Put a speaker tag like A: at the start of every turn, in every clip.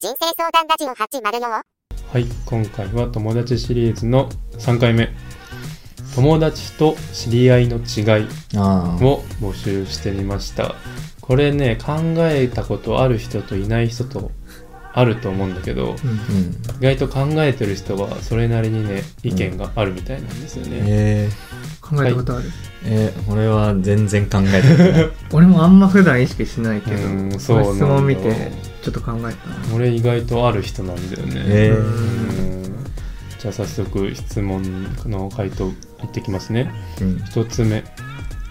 A: 人生相談ラジオ804
B: はい、今回は友達シリーズの3回目友達と知り合いの違い
C: ああ。
B: を募集してみましたこれね考えたことある人といない人とあると思うんだけど
C: うん。
B: 意外と考えてる人はそれなりにね意見があるみたいなんですよね、
C: えー、
D: 考えたことある、
C: えー、俺は全然考えてない。
D: 俺もあんま普段意識しないけど、
B: うん
D: この
B: そうなんだ
D: 質問見てちょっと考えた
B: 俺意外とある人なんだよね、
C: え
D: う
C: ー、
B: うんじゃあ早速質問の回答いってきますね
C: うん。
B: 1つ目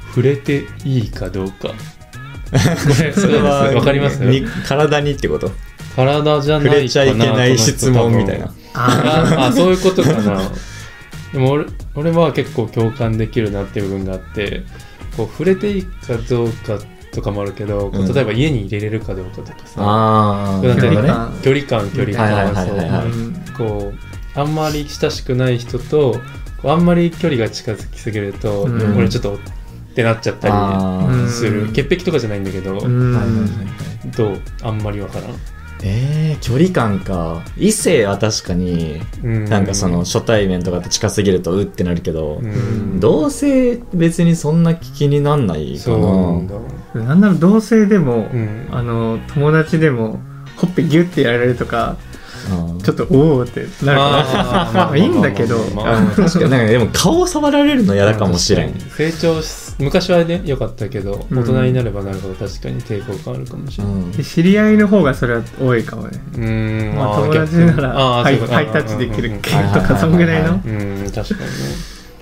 B: 触れていいかどう か
C: それは、
B: わかります
C: に体にってこと
B: 体じゃないか
C: 触
B: な
C: れちゃいけない質問みたいな。
D: あ
B: ああそういうことかなでも俺俺は結構共感できるなっていう部分があってこう触れていいかどうかとかもあるけど、こう
C: うん
B: 例えば家に入れれるかどうかとかさ
C: ああ、
B: だ
C: な
B: って
C: るほどね。
D: あ
B: 距離感距離
C: は
B: 感
C: いはい
B: そ
C: は
B: う
C: いはいは
D: あ
C: い
D: うん
B: こうあんまり親しくない人とこうあんまり距離が近づきすぎると、
D: うん
B: 俺ちょっとってなっちゃった
C: あ
D: う
B: り
D: ん
C: ー
B: する、潔癖とかじゃないんだけど、
D: うん
C: はいはいはいはい
B: どうあんまりわからん、
C: えー、距離感か。異性は確かに、
B: うん
C: なんかその、初対面とかって近すぎるとうってなるけど
B: う、ん
C: 同性別にそんな気になんないか
B: そうなんだ
C: な。
D: なんなら同性でも、
B: うん
D: あの友達でもほっぺギュッてやられるとかちょっとおおってなる
B: あ
D: か
B: ー
D: ら まあいいんだけど
B: まあまあまあまあ
C: あー確か になんかでも顔触られるの嫌だかもしれん。
B: 確かに成長し昔はね良かったけど
D: うん
B: 大人になればなるほど確かに抵抗感あるかもし
C: う
B: れない
C: ん
D: で知り合いの方がそれは多いかもね、
B: うーん
D: まあ、
B: ー
D: 友達なら
B: あー
D: ハイ
B: そうか
D: ハイタッチできるけ
C: うんうんうん
D: とかそんぐらいの
B: うんうんうん確かにね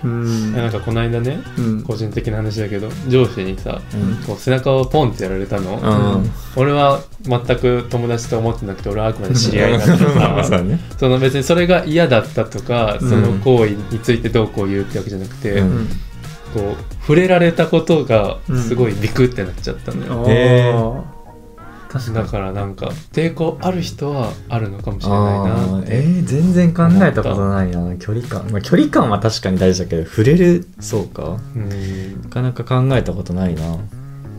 D: うん
B: なんかこの間ね
D: うん
B: 個人的な話だけど上司にさ
C: うん
B: こう背中をポンってやられたの、
C: うん
B: 俺は全く友達と思ってなくて俺はあくまで知り合いだった
C: ま
B: か
C: あそう
B: ら
C: だね。
B: その別にそれが嫌だったとか
C: うん
B: その行為についてどうこう言うってわけじゃなくて、
C: うん
D: うん
B: こう触れられたことがすごいビクってなっちゃったのよ、
D: お
C: え
D: ー確か
B: だ
D: に
B: からなんか抵抗ある人はあるのかもしれ
C: あ
B: な
C: ーえー、全然考えたことないな距離感、まあ、距離感は確かに大事だけど触れるそうか
B: いなうん
C: なかなか考えたことない な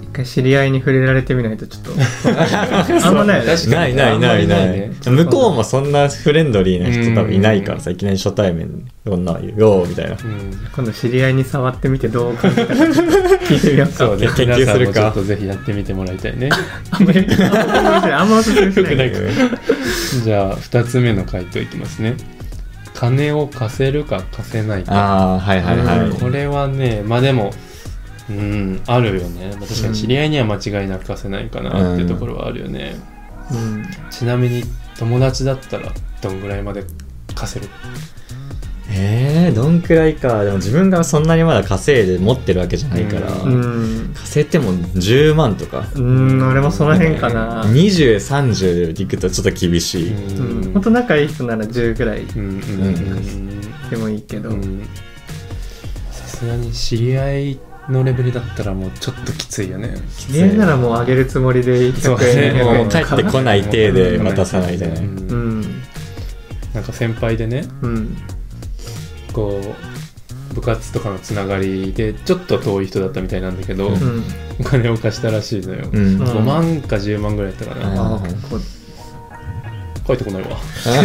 D: 一回知り合いに触れられてみないとちょっとあんまないよね
B: 確かに
C: ないないな
B: あ
C: いな
B: んまりない
C: い
B: ね
C: 向こうもそんなフレンドリーな人多分いないからさいきなり初対面どんなよみたいな
B: うん
D: 今度知り合いに触ってみてどう感じたか聞いてみようか
B: そうね
C: 研究するか
B: 皆さんもちょっとぜひやってみてもらいたいね
D: あんまりあんまおすすめしないけど
B: じゃあ2つ目の回答いきますね金を貸せるか貸せないか
C: ああはいはいはい、
B: うんこれはねまあでもうんあるよねまあ確かに知り合いには間違いなく貸せないかなっていうところはあるよね、
D: うん
B: ちなみに友達だったらどんぐらいまで貸せる
C: えー、どんくらいかでも自分がそんなにまだ稼いで持ってるわけじゃないから、
D: うん
C: 稼いでも10万とか
D: うん俺もその辺かな
C: 2030でいくとちょっと厳しい、
D: うん本当仲いい人なら10ぐらい
B: うんうん
D: でもいいけど
B: うんうんさすがに知り合いのレベルだったらもうちょっときついよね
D: 知り合いならもうあげるつもりで
B: そう
D: 100
B: ね
D: 円
C: もう
D: 200円
C: 帰
D: と
C: っ
D: か
C: てこない体で渡さないで
B: う
C: ね
D: うんん
B: なんか先輩でね
D: うん
B: こう部活とかのつながりでちょっと遠い人だったみたいなんだけど、
C: うん
D: うん
B: お金を貸したらしいのよ、
C: うん
B: 5万か10万ぐらいだったかな、
C: うん
D: あこう
B: 帰ってこないわ言っ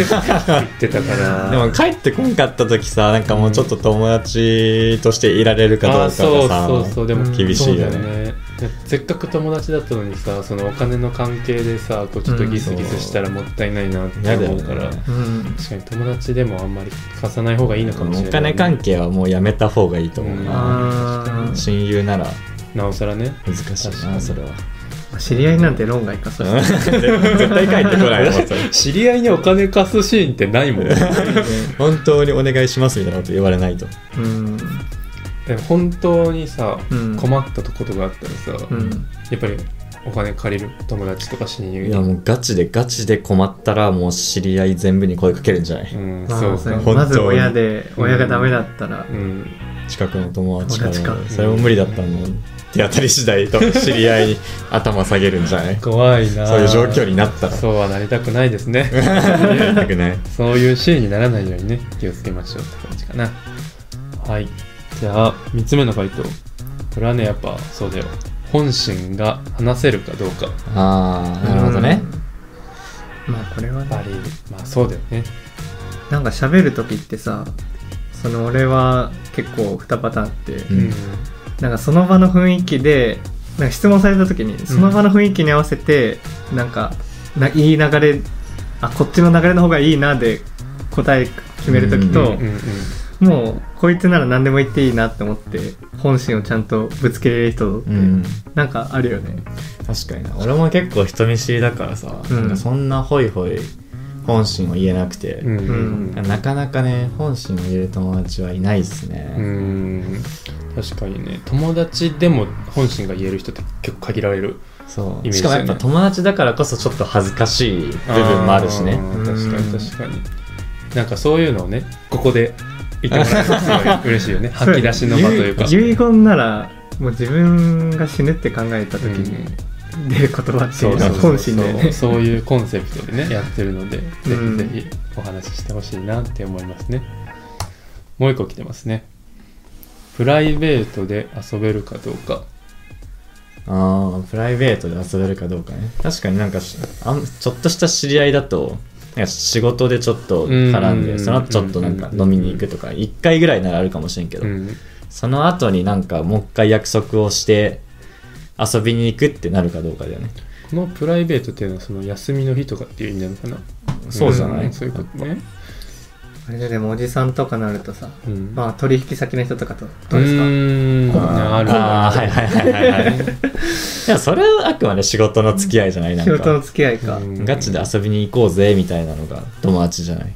B: てたから
C: でも帰ってこんかった時さなんかもうちょっと友達としていられるかどうかが
B: あ
C: さ
B: そうそうそうでも
C: 厳しいよ
B: そうだ
C: ね
B: せっかく友達だったのにさそのお金の関係でさこうちょっとギスギスしたらもったいないなって
C: 嫌だよ
B: 思う
C: ね
B: から、
D: うん
B: 確かに友達でもあんまり貸さない方がいいのかもしれない、
C: お金関係はもうやめた方がいいと思うな、
D: あー
C: 親友なら
B: なおさらね
C: 難し
B: 確
C: い
B: かに
C: なそれは
D: 知り合いなんて論外かそしたら
C: 絶対帰ってこないもんそれ
B: 知り合いにお金貸すシーンってないもんで
C: 本当にお願いしますみたいなこと言われないと
D: うん
B: も本当にさ、
D: うん
B: 困ったことがあったらさ、
D: うん
B: やっぱりお金借りる友達とか親友
C: いや
B: に
C: もうガチでガチで困ったらもう知り合い全部に声かけるんじゃない
B: うん
D: まあ
B: そう
D: そ
B: か
D: れ
C: 本当に
D: まず親で親がダメだったら
B: うん
C: 近くの友達から
D: 友達か
C: それも無理だったらもう手当たり次第と知り合いに頭下げるんじゃない
B: 怖いな
C: そういう状況になったら
B: そうはなりたくないですね
C: 痛くない
B: そういうシーンにならないようにね、気をつけましょうって感じかな。はい。じゃあ、3つ目の回答。これはね、やっぱそうだよ。本心が話せるかどうか。
C: ああなるほどね、
D: まあこれは
B: ぱ
D: ね
B: りまあそうだよね
D: なんか喋る時ってさその俺は結構2パターンあって、
C: うん
D: なんかその場の雰囲気でなんか質問された時にその場の雰囲気に合わせて、なんかないい流れあこっちの流れの方がいいなで答え決める時
B: うん
D: と、
B: うんうん
D: もうこいつなら何でも言っていいなって思って本心をちゃんとぶつけれる人って、
C: うん
D: なんかあるよね
C: 確かにな俺も結構人見知りだからさ、
D: うん
C: なんかそんなホイホイ本心を言えなくて、
B: うんうん
C: なかなかね本心を言える友達はいないです
B: う
C: ね、
B: ん確かにね友達でも本心が言える人って結構限られる
C: そ
B: イメー
C: う
B: ジ
C: し
B: だ
C: か
B: よ
C: も
B: ね
C: やっぱ友達だからこそちょっと恥ずかしい部分もあるしね
B: ー確か
D: うん
B: に確かになんかそういうのをねここで言ってもらえるとすごい嬉しいよね吐き出しの場というか
D: そうね遺遺言ならもう自分が死ぬって考えた時に出る言葉って
B: そ
D: いう
B: う
D: の
B: そ
D: は
B: うそう
D: 本心
B: そ
D: だよね
B: うそういうコンセプトでねやってるのでぜ
D: うん
B: ひぜひお話ししてほしいなって思いますねもう一個来てますねプライベートで遊べるかどうか
C: ああプライベートで遊べるかどうかね確かになんかしあんちょっとした知り合いだとなんか仕事でちょっと絡ん
B: うん
C: でその後ちょっとなんか飲みに行くとか1回ぐらいならあるかもしれんけど、
B: うん
C: その後になんかもう一回約束をして遊びに行くってなるかどうかだよね
B: このプライベートっていうのはその休みの日とかっていう意味なのかな
C: そうじゃない、
B: んそういうことね、
D: あれだでもおじさんとかなるとさ
B: うん
D: まあ取引先の人とかとどうですか
B: ーんある
C: ああはいはいはいはいは いいやそれはあくまで仕事の付き合いじゃないなん
D: 仕事の
C: か
D: 付き合いか、
B: うん
C: ガチで遊びに行こうぜみたいなのが友達じゃない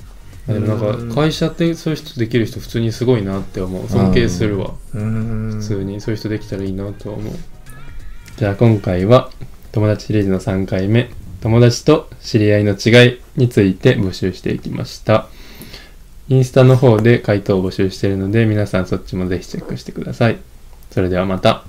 B: でもなんか会社ってそういう人できる人普通にすごいなって思う尊敬するわ
D: うん
B: 普通にそういう人できたらいいなとは思うじゃあ今回は友達シリーズの3回目友達と知り合いの違いについて募集していきましたインスタの方で回答を募集しているので皆さんそっちもぜひチェックしてくださいそれではまた